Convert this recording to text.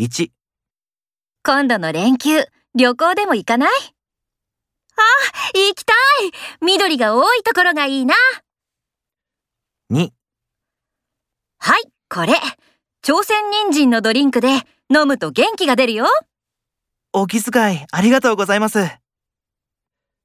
1、今度の連休、旅行でも行かないあ、行きたい緑が多いところがいいな2、はい、これ。朝鮮人参のドリンクで飲むと元気が出るよお気遣いありがとうございます。